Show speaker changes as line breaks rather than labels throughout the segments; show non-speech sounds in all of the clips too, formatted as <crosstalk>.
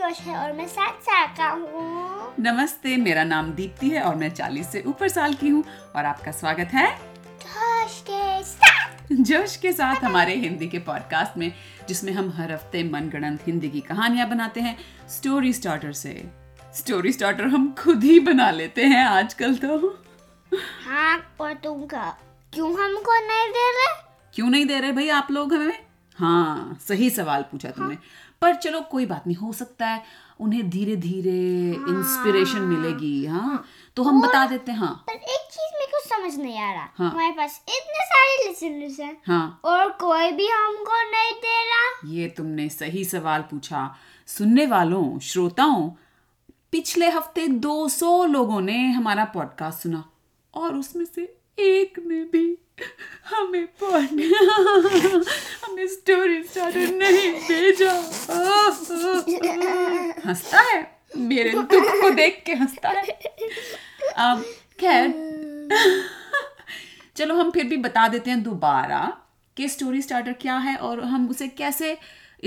घोष है और मैं सात साल का हूँ
नमस्ते मेरा नाम दीप्ति है और मैं 40 से ऊपर साल की हूँ और आपका स्वागत है
घोष के साथ
जोश के साथ हमारे हिंदी के पॉडकास्ट में जिसमें हम हर हफ्ते मनगढ़ंत हिंदी की कहानियां बनाते हैं स्टोरी स्टार्टर से स्टोरी स्टार्टर हम खुद ही बना लेते हैं आजकल तो
हाँ और तुम का क्यों हमको नहीं दे रहे
क्यों नहीं दे रहे भाई आप लोग हमें हाँ सही सवाल पूछा तुमने पर चलो कोई बात नहीं हो सकता है उन्हें धीरे धीरे इंस्पिरेशन मिलेगी हाँ तो हम बता देते हैं हाँ
पर एक चीज मेरे को समझ नहीं आ रहा
हाँ।
हमारे पास इतने सारे लिसनर्स हैं
हाँ
और कोई भी हमको नहीं दे रहा
ये तुमने सही सवाल पूछा सुनने वालों श्रोताओं पिछले हफ्ते 200 लोगों ने हमारा पॉडकास्ट सुना और उसमें से एक ने भी हमें <laughs> पढ़ने हमें स्टोरी स्टार्टर नहीं भेजा हंसता है मेरे दुख को देख के हंसता है अब खैर <laughs> चलो हम फिर भी बता देते हैं दोबारा कि स्टोरी स्टार्टर क्या है और हम उसे कैसे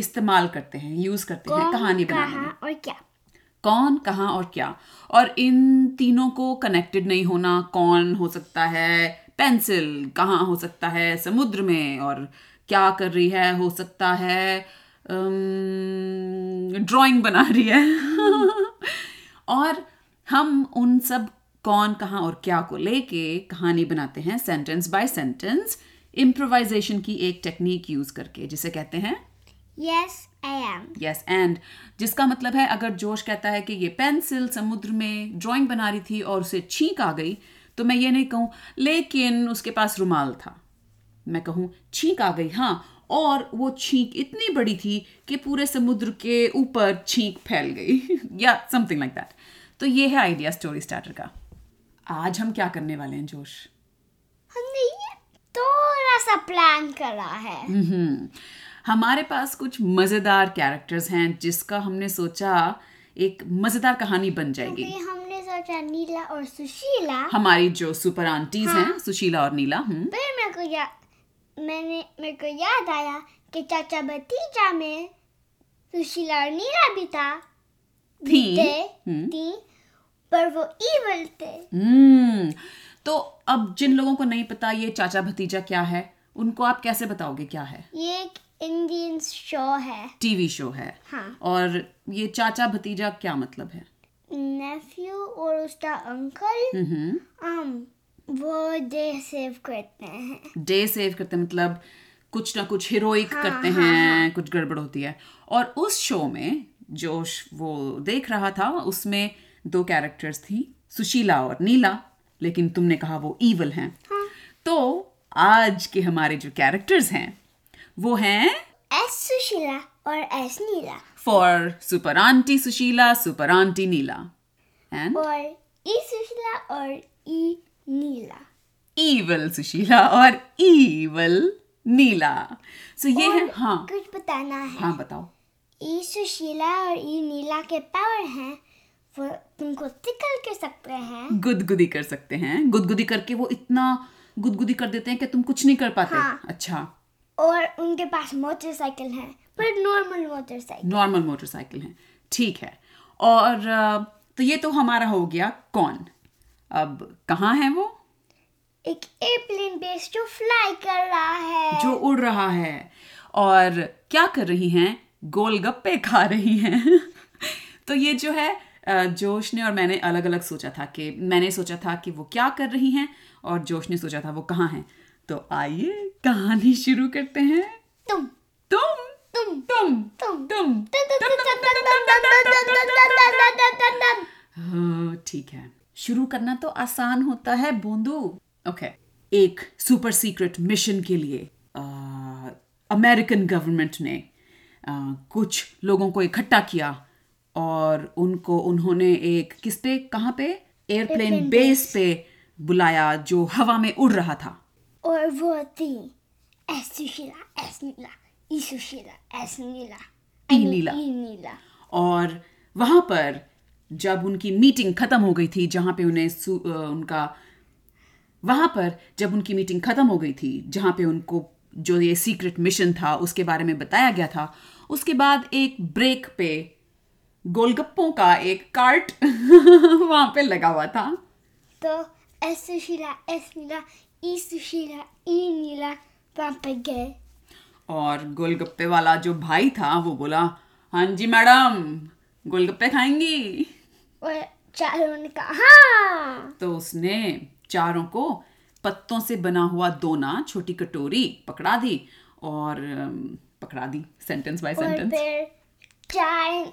इस्तेमाल करते हैं यूज करते हैं
कौन,
कहानी बनाने में
कहाँ और क्या
कौन कहाँ और क्या और इन तीनों को कनेक्टेड नहीं होना कौन हो सकता है पेंसिल कहाँ हो सकता है समुद्र में और क्या कर रही है हो सकता है ड्राइंग बना रही है <laughs> और हम उन सब कौन कहाँ और क्या को लेके कहानी बनाते हैं सेंटेंस बाय सेंटेंस इम्प्रोवाइजेशन की एक टेक्निक यूज करके जिसे कहते हैं
yes I am
yes and जिसका मतलब है अगर जोश कहता है कि ये पेंसिल समुद्र में ड्राइंग बना रही थी और उसे छींक आ गई तो मैं ये नहीं कहूँ लेकिन उसके पास रुमाल था मैं कहूँ छींक आ गई हाँ और वो छींक इतनी बड़ी थी कि पूरे समुद्र के ऊपर छींक फैल गई <laughs> या समथिंग लाइक दैट तो ये है आइडिया स्टोरी स्टार्टर का आज हम क्या करने वाले हैं जोश
हमने ये थोड़ा सा प्लान करा है
हम्म, हमारे पास कुछ मजेदार कैरेक्टर्स हैं जिसका हमने सोचा एक मजेदार कहानी बन जाएगी
क्योंकि हमने सोचा नीला और सुशीला
हमारी जो सुपर आंटीज हैं सुशीला और नीला हम्म
फिर मेरे को या मैंने मेरे को याद आया कि चाचा भतीजा में सुशीला और नीला भी था
थी
थे
हम्म।
थी पर वो इवल थे
हम्म तो अब जिन लोगों को नहीं पता ये चाचा भतीजा क्या है उनको आप कैसे बताओगे क्या है
ये एक इंडियन शो है
टीवी शो है
हाँ
और ये चाचा भतीजा क्या मतलब है
नेफ्यू और उसका अंकल
हम्म
आम वो डे सेव करते हैं
डे सेव करते हैं, मतलब कुछ ना कुछ हीरोइक करते हैं कुछ गड़बड़ होती है और उस शो में जोश वो देख रहा था उसमें दो कैरेक्टर्स थी सुशीला और नीला लेकिन तुमने कहा वो ईवल हैं
हाँ।
तो आज के हमारे जो कैरेक्टर्स हैं वो हैं
एस सुशीला और S Neela
for super aunty Sushila super aunty Neela and
और ई सुशीला और ई नीला
ईवल सुशीला और ईवल नीला सो ये है हाँ
कुछ बताना है
हाँ बताओ
ई सुशीला और ई नीला के पावर हैं वो तुमको तिकल कर सकते हैं
गुदगुदी कर सकते हैं गुदगुदी करके वो इतना गुदगुदी कर देते हैं कि तुम कुछ नहीं कर पाते
हाँ।
अच्छा
और उनके पास मोटरसाइकिल है पर नॉर्मल मोटरसाइकिल
नॉर्मल मोटरसाइकिल है ठीक है और अ, तो ये तो हमारा हो गया कौन अब कहाँ है वो
एक एयरप्लेन बेस जो फ्लाई कर रहा है
जो उड़ रहा है और क्या कर रही हैं गोलगप्पे खा रही हैं <laughs> तो ये जो है अ, जोश ने और मैंने अलग अलग सोचा था कि मैंने सोचा था कि वो क्या कर रही हैं और जोश ने सोचा था वो कहाँ हैं तो आइए कहानी शुरू करते हैं
तुम
तुम
तुम
तुम
तुम
तुम हाँ, ठीक है शुरू करना तो आसान होता है बोंदू ओके एक सुपर सीक्रेट मिशन के लिए अमेरिकन गवर्नमेंट ने अ, कुछ लोगों को इकट्ठा किया और उनको उन्होंने एक किस पे कहाँ पे एयरप्लेन बेस पे बुलाया जो हवा में उड़ रहा था
और वो थी S Sushila S Neela E Sushila S Neela
E
I mean,
Neela.
E Neela
और वहां पर जब उनकी मीटिंग खत्म हो गई थी जहां पे उन्हें सु, अ, उनका वहां पर जब उनकी मीटिंग खत्म हो गई थी जहां पे उनको जो ये सीक्रेट मिशन था उसके बारे में बताया गया था उसके बाद एक ब्रेक पे गोलगप्पों का एक कार्ट <laughs> वहां पे लगा हुआ था
तो S Sushila S Neela E Sushila E Neela वहाँ पे गए
और गोलगप्पे वाला जो भाई था वो बोला हाँ जी मैडम गोलगप्पे खाएंगी
और चारों ने कहा हाँ
तो उसने चारों को पत्तों से बना हुआ दोना छोटी कटोरी पकड़ा दी और अम, पकड़ा दी सेंटेंस बाय
और
सेंटेंस
फिर चार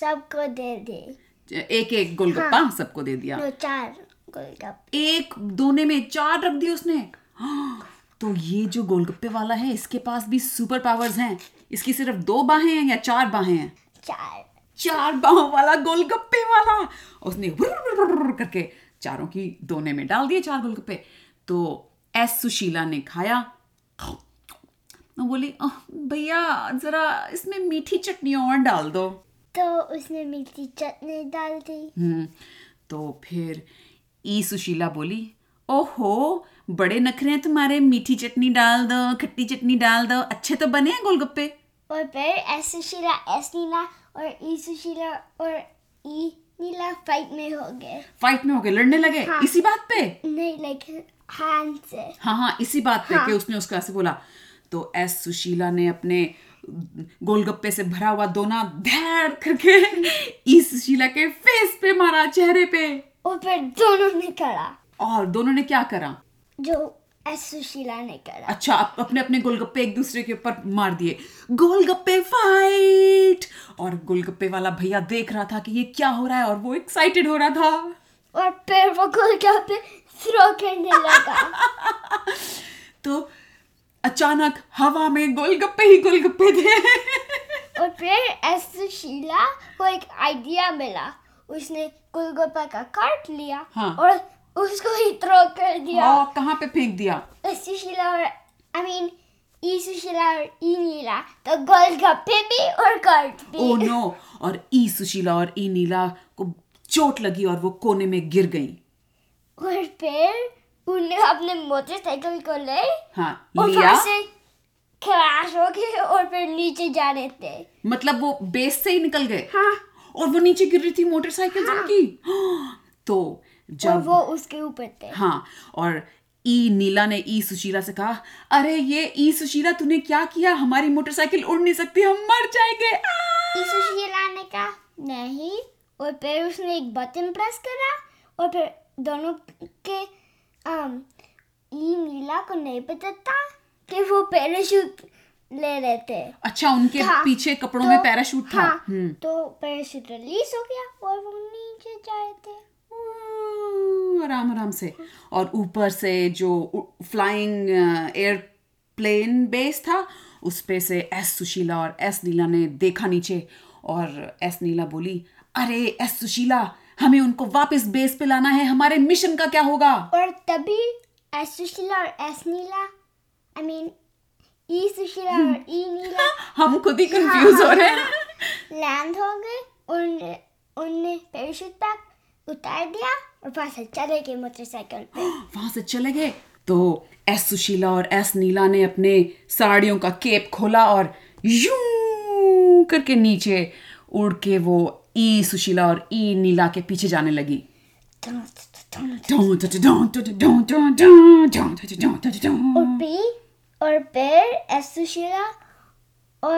सबको दे दे
एक एक गोलगप्पा सबको दे दिया
नो चार गोलगप्पे
एक दोने में चार रख दिए उसने हाँ, तो ये जो गोलगप्पे वाला है इसके पास भी सुपर पावर्स हैं इसकी सिर्फ दो बाहें हैं या चार बाहें हैं
चार
चार बाहों वाला गोलगप्पे वाला उसने हुर्र करके चारों की दोने में डाल दिए चार गोलगप्पे तो एस सुशीला ने खाया वो बोली "अह, भैया जरा इसमें मीठी चटनी और डाल दो
तो उसने मीठी चटनी डाल दी
हम्म, तो फिर ई सुशीला बोली ओहो बड़े नखरे हैं तुम्हारे मीठी चटनी डाल दो खट्टी चटनी डाल दो अच्छे तो बने हैं गोलगप्पे
और फिर एस सुशीला एस नीला और ई सुशीला और ई नीला फाइट में हो गए
फाइट में हो गए लड़ने लगे
हाँ।
इसी बात पे
नहीं लाइक हैंड से
हाँ हाँ इसी बात पे
हाँ।
कि उसने उसको ऐसे बोला तो एस सुशीला ने अपने गोलगप्पे से भरा हुआ दोना धैर करके ई सुशीला के फेस पे मारा चेहरे पे
और फिर दोनों ने करा
और दोनों ने क्या करा
जो एस सुशीला ने करा
अच्छा आप अपने अपने गोलगप्पे एक दूसरे के ऊपर मार दिए गोलगप्पे फाइट और गोलगप्पे वाला भैया देख रहा था कि ये क्या हो रहा है और वो एक्साइटेड हो रहा था
और फिर वो गोलगप्पे थ्रो करने लगा
तो अचानक हवा में गोलगप्पे ही गोलगप्पे थे
और फिर ऐसे शीला को एक आइडिया मिला उसने गोलगप्पा का काट लिया
हाँ।
और उसको ही थ्रो कर दिया
और कहाँ पे फेंक दिया
ऐसे शीला और आई मीन ई सुशीला और ई नीला तो गोलगप्पे भी और काट भी
ओ नो Oh और ई सुशीला और ई नीला को चोट लगी और वो कोने में गिर गई
और फिर उन्हें अपने मोटरसाइकिल को ले
हाँ
और
लिया
वहां से क्रैश हो गए और फिर नीचे जा रहे थे
मतलब वो बेस से ही निकल गए
हाँ
और वो नीचे गिर रही थी मोटरसाइकिल से उनकी हाँ, तो
और
जब
वो उसके ऊपर थे
हाँ और ई नीला ने ई सुशीला से कहा अरे ये ई सुशीला तूने क्या किया हमारी मोटरसाइकिल उड़ नहीं सकती हम मर जाएंगे आ!"
इसे हिलाने का नहीं और फिर उसने एक बटन प्रेस करा और फिर दोनों के um, ई नीला को नहीं पता था कि वो पैराशूट ले रहे थे
अच्छा उनके
हाँ,
पीछे कपड़ों
तो-
में पैराशूट था
हाँ,
हम्म।
तो पैराशूट रिलीज हो गया और वो नीचे जा रहे थे
आराम आराम से और ऊपर से जो फ्लाइंग एयरप्लेन बेस था उस पे से एस सुशीला और एस नीला ने देखा नीचे और एस नीला बोली अरे एस सुशीला हमें उनको वापस बेस पे लाना है हमारे मिशन का क्या होगा
और तभी एस सुशीला और S Neela I mean E Sushila
<laughs>
और ई नीला
हम खुद ही कंफ्यूज हो रहे हैं
लैंड हो गए उनने उनने पैराशूट पैक उतार दिया और वहां से चले गए मोटरसाइकिल पे
वहां से चले गए तो एस सुशीला और एस नीला ने अपने साड़ियों का केप खोला और यूं करके नीचे उड़ के वो ई सुशीला और ई नीला के पीछे जाने लगी
धुन, धुन, धुन, धुन।
डों, डों, डों, डों, डों, डों, डों, डों, डों, डों, डों।
और पी और पेड़ एस सुशीला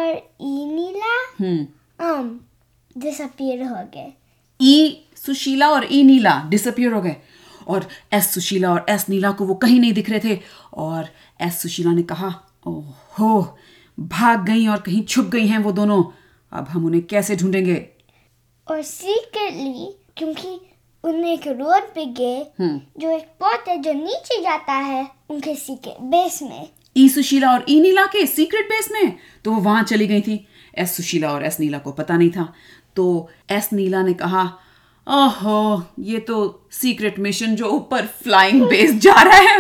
और ई नीला
हम्म,
um डिसअपियर हो गए
ई सुशीला और ई नीला डिसअपियर हो गए और एस सुशीला और एस नीला को वो कहीं नहीं दिख रहे थे और एस सुशीला ने कहा ओहो भाग गई और कहीं छुप गई हैं वो दोनों अब हम उन्हें कैसे ढूंढेंगे
और सीक्रेटली क्योंकि उन्हें एक रोड पे गए
हम्म।
जो एक पॉट है जो नीचे जाता है उनके सीके बेस में
ई सुशीला और ई नीला के सीक्रेट बेस में तो वो वहां चली गई थी एस सुशीला और एस नीला को पता नहीं था तो एस नीला ने कहा ओहो ये तो सीक्रेट मिशन जो ऊपर फ्लाइंग बेस जा रहा है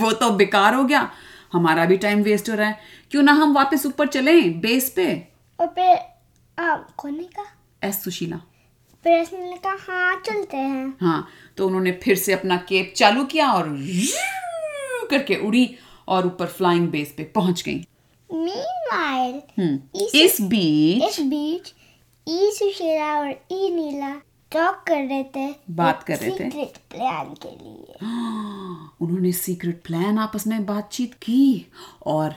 वो तो बेकार हो गया हमारा भी टाइम वेस्ट हो रहा है क्यों ना हम वापस ऊपर चले बेस पे
और फिर um, कोने का
एस सुशीला
फिर एस नीला का हाँ चलते हैं
हाँ तो उन्होंने फिर से अपना केप चालू किया और यूं करके उड़ी और ऊपर फ्लाइंग बेस पे पहुंच गई
Meanwhile,
हम्म,
इस,
इस बीच
इस बीच ई सुशीला और ई नीला टॉक कर रहे थे
बात कर रहे थे।
सीक्रेट प्लान के लिए
उन्होंने सीक्रेट प्लान आपस में बातचीत की और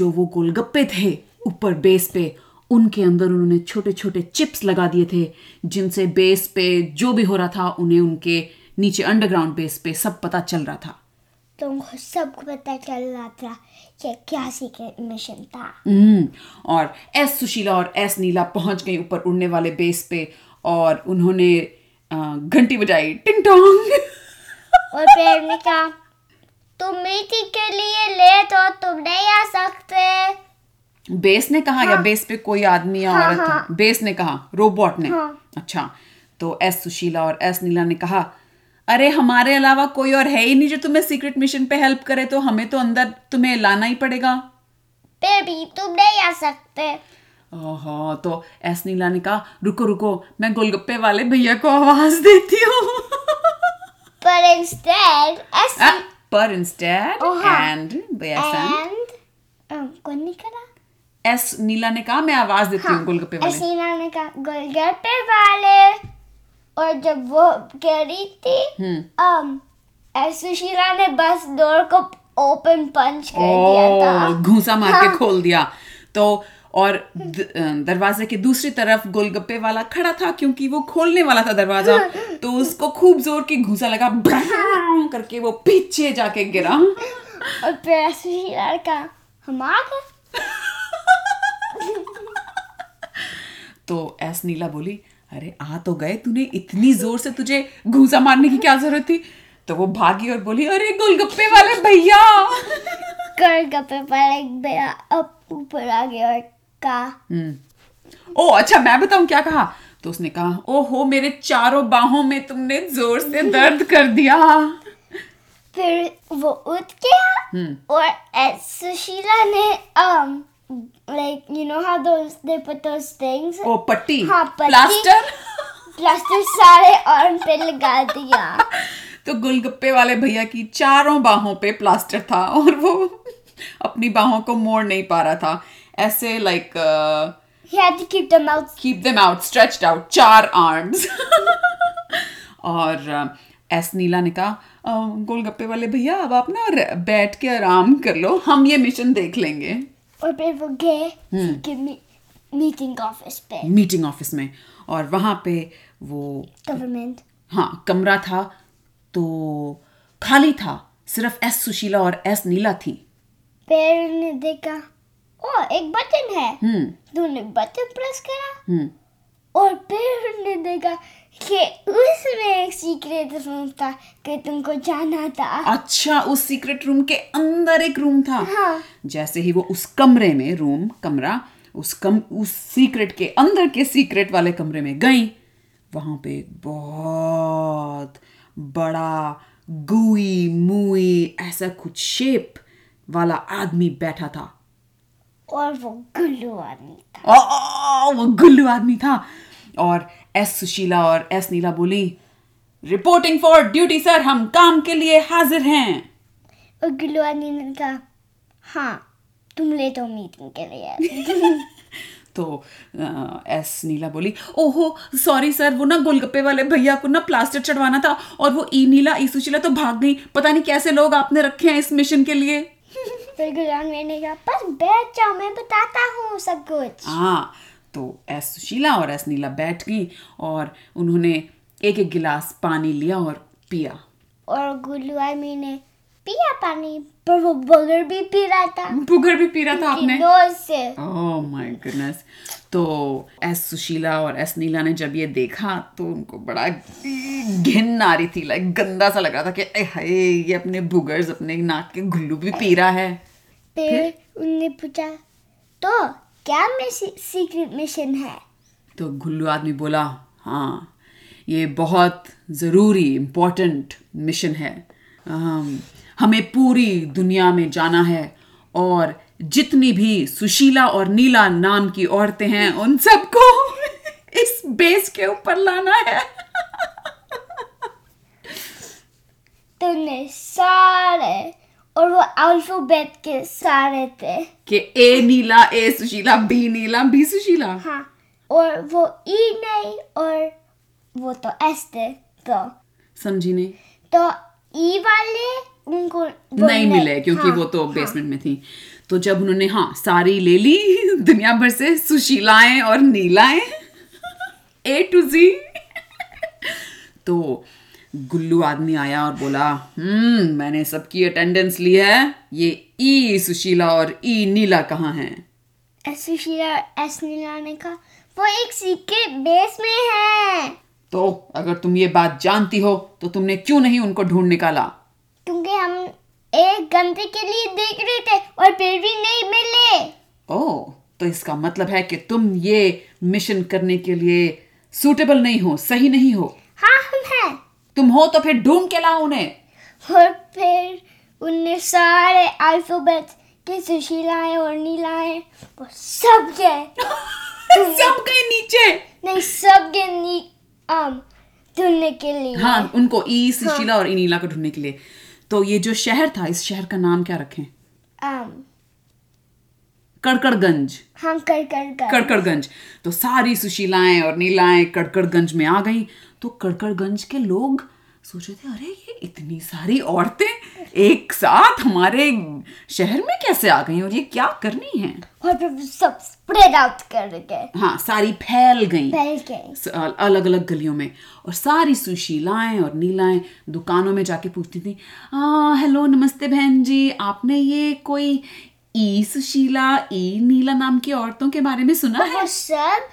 जो वो गोलगप्पे थे ऊपर बेस पे उनके अंदर उन्होंने छोटे छोटे चिप्स लगा दिए थे जिनसे बेस पे जो भी हो रहा था उन्हें उनके नीचे अंडरग्राउंड बेस पे सब पता चल रहा था
तो सबको पता चल रहा था कि क्या सीक्रेट मिशन था
हम्म, और एस सुशीला और एस नीला पहुंच गई ऊपर उड़ने वाले बेस पे और उन्होंने अ, घंटी बजाई टिंग टोंग
और फिर ने कहा तुम मीटिंग के लिए लेट हो तुम नहीं आ सकते
बेस ने कहा या बेस पे कोई आदमी या
हाँ,
औरत
हाँ।
है? बेस ने कहा रोबोट ने
हाँ।
अच्छा तो एस सुशीला और एस नीला ने कहा अरे हमारे अलावा कोई और है ही नहीं जो तुम्हें सीक्रेट मिशन पे हेल्प करे तो हमें तो अंदर तुम्हें लाना ही पड़ेगा
फिर भी तुम नहीं आ सकते
ओहो तो एस नीला ने कहा रुको रुको मैं गोलगप्पे वाले भैया को आवाज देती
<laughs>
हूँ
पर इंस्टेड एस
Ah, पर इंस्टेड
ओ, हाँ।
एंड एस
एंड um, कौन नहीं करा
नीला ने कहा मैं आवाज देती
हाँ,
हूँ गोलगप्पे वाले
असीना ने कहा गोलगप्पे वाले और जब वो कह रही थी
हम्म
um, सुशीला ने बस डोर को ओपन पंच कर दिया
ओ,
था हाँ।
घूसा मार के खोल दिया तो और द- दरवाजे के दूसरी तरफ गोलगप्पे वाला खड़ा था क्योंकि वो खोलने वाला था दरवाजा
हाँ।
तो उसको खूब जोर की घूसा लगा ब्राम करके वो पीछे जाके गिरा
और फिर सुशीला ने कहा हम आ गए
तो एस नीला बोली अरे आ तो गए तूने इतनी जोर से तुझे घूसा मारने की क्या जरूरत थी तो वो भागी और बोली अरे गोलगप्पे वाले भैया
गोलगप्पे वाले भैया अब ऊपर आ गया और कहा
ओ अच्छा मैं बताऊं क्या कहा तो उसने कहा ओहो मेरे चारों बाहों में तुमने जोर से दर्द कर दिया
फिर वो उठ गया
हम्म।
और एस- सुशीला ने um like you know how those they put those things
ओ पट्टी
हाँ, पट्टी।
प्लास्टर
प्लास्टर सारे आर्म पे लगा दिया
तो गोलगप्पे वाले भैया की चारों बाहों पे प्लास्टर था और वो अपनी बाहों को मोड़ नहीं पा रहा था ऐसे uh, like
he had to keep them out
keep them out stretched out चार आर्म्स और अ, एस नीला ने कहा "अ, गोलगप्पे वाले भैया अब आप ना र- बैठ के आराम कर लो हम ये मिशन देख लेंगे
और फिर वो गए कि मीटिंग ऑफिस पे
मीटिंग ऑफिस में और वहाँ पे वो
गवर्नमेंट
हाँ कमरा था तो खाली था सिर्फ एस सुशीला और एस नीला थी
फिर उन्होंने देखा ओ एक बटन है तो
हम्म
तूने बटन प्रेस करा
हम्म
और फिर उन्होंने देखा कि उसमें एक सीक्रेट रूम था कि तुमको जाना था
अच्छा उस सीक्रेट रूम के अंदर एक रूम था
हाँ।
जैसे ही वो उस कमरे में रूम कमरा उस कम उस सीक्रेट के अंदर के सीक्रेट वाले कमरे में गई वहां पे एक बहुत बड़ा गुई मुई ऐसा कुछ शेप वाला आदमी बैठा था
और वो गुल्लू आदमी था
ओ, ओ, ओ, वो गुल्लू आदमी था और एस सुशीला और एस नीला बोली रिपोर्टिंग फॉर ड्यूटी सर हम काम के लिए हाजिर हैं
और गुल्लू आदमी ने कहा हाँ तुम लेट हो मीटिंग के लिए
तो अ, एस नीला बोली ओहो सॉरी सर वो ना गोलगप्पे वाले भैया को ना प्लास्टर चढ़वाना था और वो ई नीला ई सुशीला तो भाग गई पता नहीं कैसे लोग आपने रखे हैं इस मिशन के लिए
फिर गुल्लू आदमी ने कहा पर बैठ जाओ मैं बताता हूँ सब कुछ
हाँ तो एस सुशीला और एस नीला बैठ गई और उन्होंने एक एक गिलास पानी लिया और पिया
और गुल्लू आदमी ने पिया पानी पर वो बगर भी पी रहा था
बुगर भी पी रहा था आपने
नोज से
ओह माय गुडनेस Oh तो एस सुशीला और एस नीला ने जब ये देखा तो उनको बड़ा घिन आ रही थी लाइक गंदा सा लग रहा था कि "ए हाय ये अपने बुगर्स अपने नाक के घुल्लू भी पी रहा है
फिर उनने पूछा तो क्या सीक्रेट मिशन है
तो घुल्लू आदमी बोला हाँ ये बहुत ज़रूरी इम्पोर्टेंट मिशन है अम, हमें पूरी दुनिया में जाना है और जितनी भी सुशीला और नीला नाम की औरतें हैं उन सबको इस बेस के ऊपर लाना है
तुमने तो सारे और वो अल्फाबेट के सारे थे
कि A Neela A Sushila B Neela B Sushila
हाँ और वो ई नहीं और वो तो एस थे तो
समझी नहीं
तो ई वाले उनको वो
नहीं मिले क्योंकि
हाँ,
वो तो
हाँ।
बेसमेंट में थी तो जब उन्होंने हाँ सारी ले ली <laughs> दुनिया भर से सुशीलाएं और नीलाएं ए टू जी तो गुल्लू आदमी आया और बोला हम्म मैंने सबकी अटेंडेंस ली है ये ई सुशीला और ई नीला कहाँ हैं
एस सुशीला और एस नीला ने कहा वो एक सीक्रेट बेस में है
तो अगर तुम ये बात जानती हो तो तुमने क्यों नहीं उनको ढूंढ निकाला
क्योंकि हम एक घंटे के लिए देख रहे थे और फिर भी नहीं मिले
ओ तो इसका मतलब है कि तुम ये मिशन करने के लिए सूटेबल नहीं हो सही नहीं हो
हाँ हम हैं
तुम हो तो फिर ढूंढ के लाओ <laughs> उन्हें
और फिर उनने सारे अल्फाबेट के सुशीलाएं और नीलाएं वो सब गए
सब गए नीचे हाँ,
नहीं सब गए नी आम ढूंढने के लिए
हाँ उनको ई सुशीला और इनीला को ढूंढने के लिए तो ये जो शहर था इस शहर का नाम क्या रखें
आम
कड़कड़गंज
हम कर कर कर
कड़कड़गंज तो सारी सुशीलाएं और नीलाएं कड़कड़गंज में आ गई तो कड़कड़गंज के लोग सोच रहे थे अरे ये इतनी सारी औरतें एक साथ हमारे शहर में कैसे आ गई और ये क्या करनी है
और फिर वो सब स्प्रेड आउट कर गए
हाँ सारी फैल गई
फैल गए
अलग अलग गलियों में और सारी सुशीलाएं और नीलाएं दुकानों में जाके पूछती थी "आ, हेलो नमस्ते बहन जी आपने ये कोई ई सुशीला ई नीला नाम की औरतों के बारे में सुना है
वो सब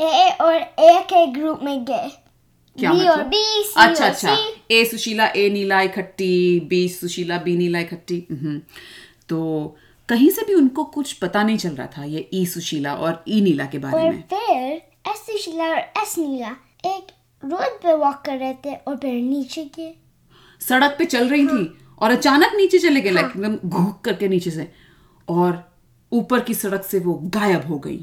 ए और ए के ग्रुप में गए
क्या
बी और
मतलब?
बी सी
अच्छा
और
अच्छा
C
A Sushila A Neela इकट्ठी बी सुशीला बी नीला इकट्ठी हम्म। तो कहीं से भी उनको कुछ पता नहीं चल रहा था ये ई सुशीला और ई नीला के बारे
और
में
फिर एस सुशीला और एस नीला एक रोड पे वॉक कर रहे थे और फिर नीचे गए
सड़क पे चल रही थी और अचानक नीचे चले गए लाइक एकदम घूक करके नीचे से और ऊपर की सड़क से वो गायब हो गई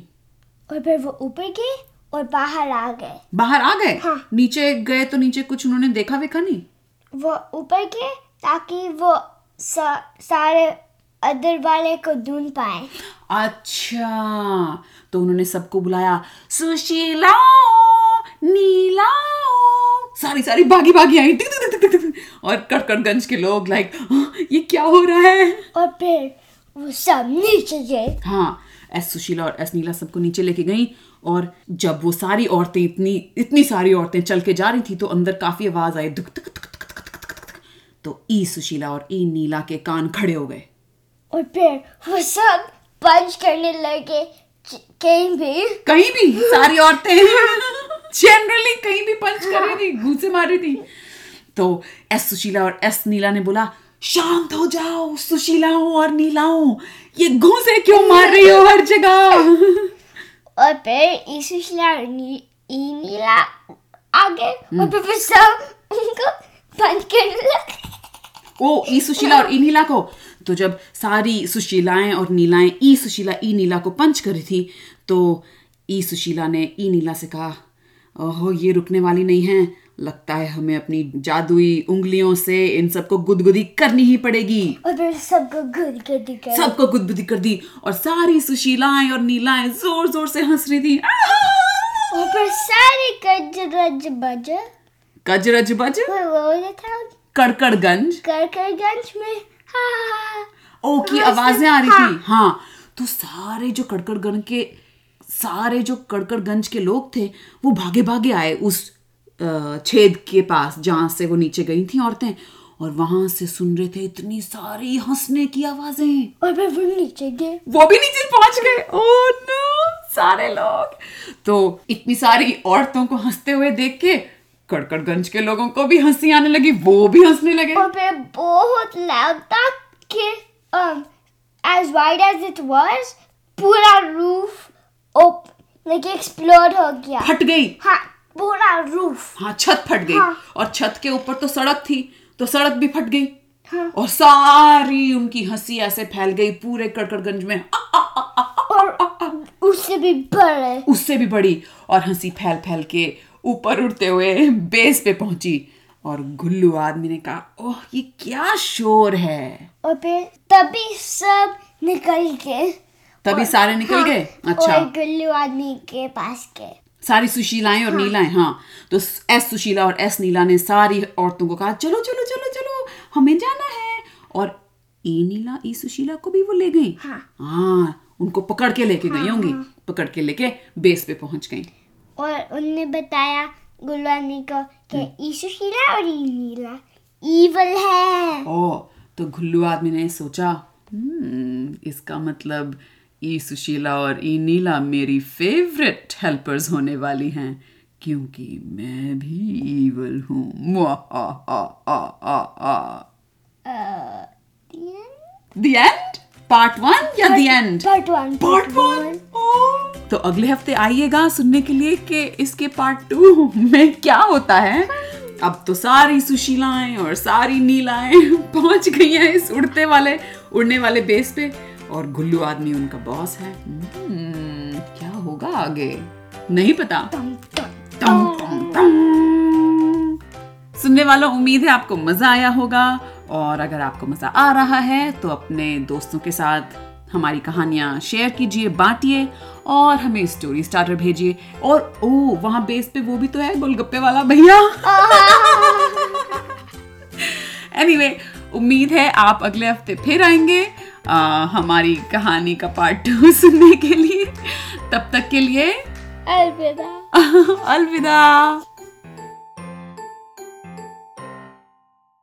और फिर वो ऊपर गए और बाहर आ गए
बाहर आ गए
हाँ।
नीचे गए तो नीचे कुछ उन्होंने देखा वेखा नहीं
वो ऊपर गए ताकि वो सा, सारे अदर वाले को ढूंढ पाए
अच्छा तो उन्होंने सबको बुलाया सुशीला नीला सारी सारी भागी भागी आई <laughs> टिक टिक टिक टिक टिक। और कड़कड़गंज के लोग लाइक ये क्या हो रहा है
और फिर वो सब नीचे गए
हाँ एस सुशीला और एस नीला सबको नीचे लेके गई और जब वो सारी औरतें इतनी इतनी सारी औरतें चल के जा रही थी तो अंदर काफी आवाज आई धुक धुक धुक धुक धुक धुक धुक। तो ई सुशीला और ई नीला के कान खड़े हो गए
और फिर वो सब पंच करने लगे च- कहीं भी
कहीं भी सारी औरतें <laughs> जनरली कहीं भी पंच कर रही थी घूसे मार रही थी तो एस सुशीला और एस नीला ने बोला शांत हो जाओ सुशीलाओं और नीलाओं ये घूसे क्यों मार रही हो हर जगह
और फिर ईसुशला और नी, ई नीला आ गए और फिर वो सब उनको बंद करने लगे
ओ ई सुशीला और ई नीला को तो जब सारी सुशीलाएं और नीलाएं ई सुशीला ई नीला को पंच कर रही थी तो ई सुशीला ने ई नीला से कहा ओहो ये रुकने वाली नहीं है लगता है हमें अपनी जादुई उंगलियों से इन सबको गुदगुदी करनी ही पड़ेगी
और फिर सबको घूर के दिखे
सबको गुदगुदी कर दी और सारी सुशीलाएं और नीलाएं जोर जोर से हंस रही थी
और फिर सारे गज गज बज
गजरज बज
वो वो था
कड़कड़गंज
करकरगंज में हाँ
ओ की
हाँ,
आवाजें
सिर्फ-
आ रही थी
हाँ।
हाँ तो सारे जो कड़कड़गंज के सारे जो कड़कड़गंज के लोग थे वो भागे भागे आए उस अ, छेद के पास जहाँ से वो नीचे गई थी औरतें और वहां से सुन रहे थे इतनी सारी हंसने की आवाजें
और फिर वो नीचे गए
वो भी नीचे पहुंच गए ओह नो सारे लोग तो इतनी सारी औरतों को हंसते हुए देख के कड़कड़गंज के लोगों को भी हंसी आने लगी वो भी हंसने लगे
और फिर बहुत लाउड था कि um, as wide as it was पूरा रूफ ओप like explode हो गया
फट गई
हाँ पूरा रूफ
हाँ छत फट गई
हाँ।
और छत के ऊपर तो सड़क थी तो सड़क भी फट गई
हाँ।
और सारी उनकी हंसी ऐसे फैल गई पूरे कड़कड़गंज में आ, आ, आ, आ, आ।
और उससे भी बड़े
उससे भी बड़ी और हंसी फैल फैल के ऊपर उड़ते हुए बेस पे पहुंची और गुल्लू आदमी ने कहा ओह ये क्या शोर है
और फिर तभी सब निकल के
तभी सारे निकल गए अच्छा
और गुल्लू आदमी के पास गए
सारी सुशीलाएं और नीलाएं हाँ तो एस सुशीला और एस नीला ने सारी औरतों को कहा चलो चलो चलो चलो हमें जाना है और ई नीला ई सुशीला को भी वो ले गई
हाँ।
हाँ, उनको पकड़ के लेके गई होंगी पकड़ के लेके बेस पे पहुंच गई
और उनने बताया गुल्लू आदमी को कि ई सुशीला और ई नीला ईवल है
ओ तो घुल्लू आदमी ने सोचा "हम्म, इसका मतलब ई सुशीला और ई नीला मेरी फेवरेट हेल्पर्स होने वाली हैं क्योंकि मैं भी ईवल हूँ द एंड पार्ट वन या the end
part one
part one तो अगले हफ्ते आइएगा सुनने के लिए कि इसके पार्ट टू में क्या होता है अब तो सारी सुशीलाएं और सारी नीलाएं पहुंच गई हैं इस उड़ते वाले उड़ने वाले बेस पे और गुल्लू आदमी उनका बॉस है Hmm, क्या होगा आगे नहीं पता
<laughs>
टम, टम, टम। सुनने वालों उम्मीद है आपको मजा आया होगा और अगर आपको मजा आ रहा है तो अपने दोस्तों के साथ हमारी कहानियाँ शेयर कीजिए बांटिए और हमें स्टोरी स्टार्टर भेजिए और ओ वहाँ बेस पे वो भी तो है गोलगप्पे वाला भैया एनीवे anyway, उम्मीद है आप अगले हफ्ते फिर आएंगे आ, हमारी कहानी का पार्ट टू सुनने के लिए तब तक के लिए
अलविदा
अलविदा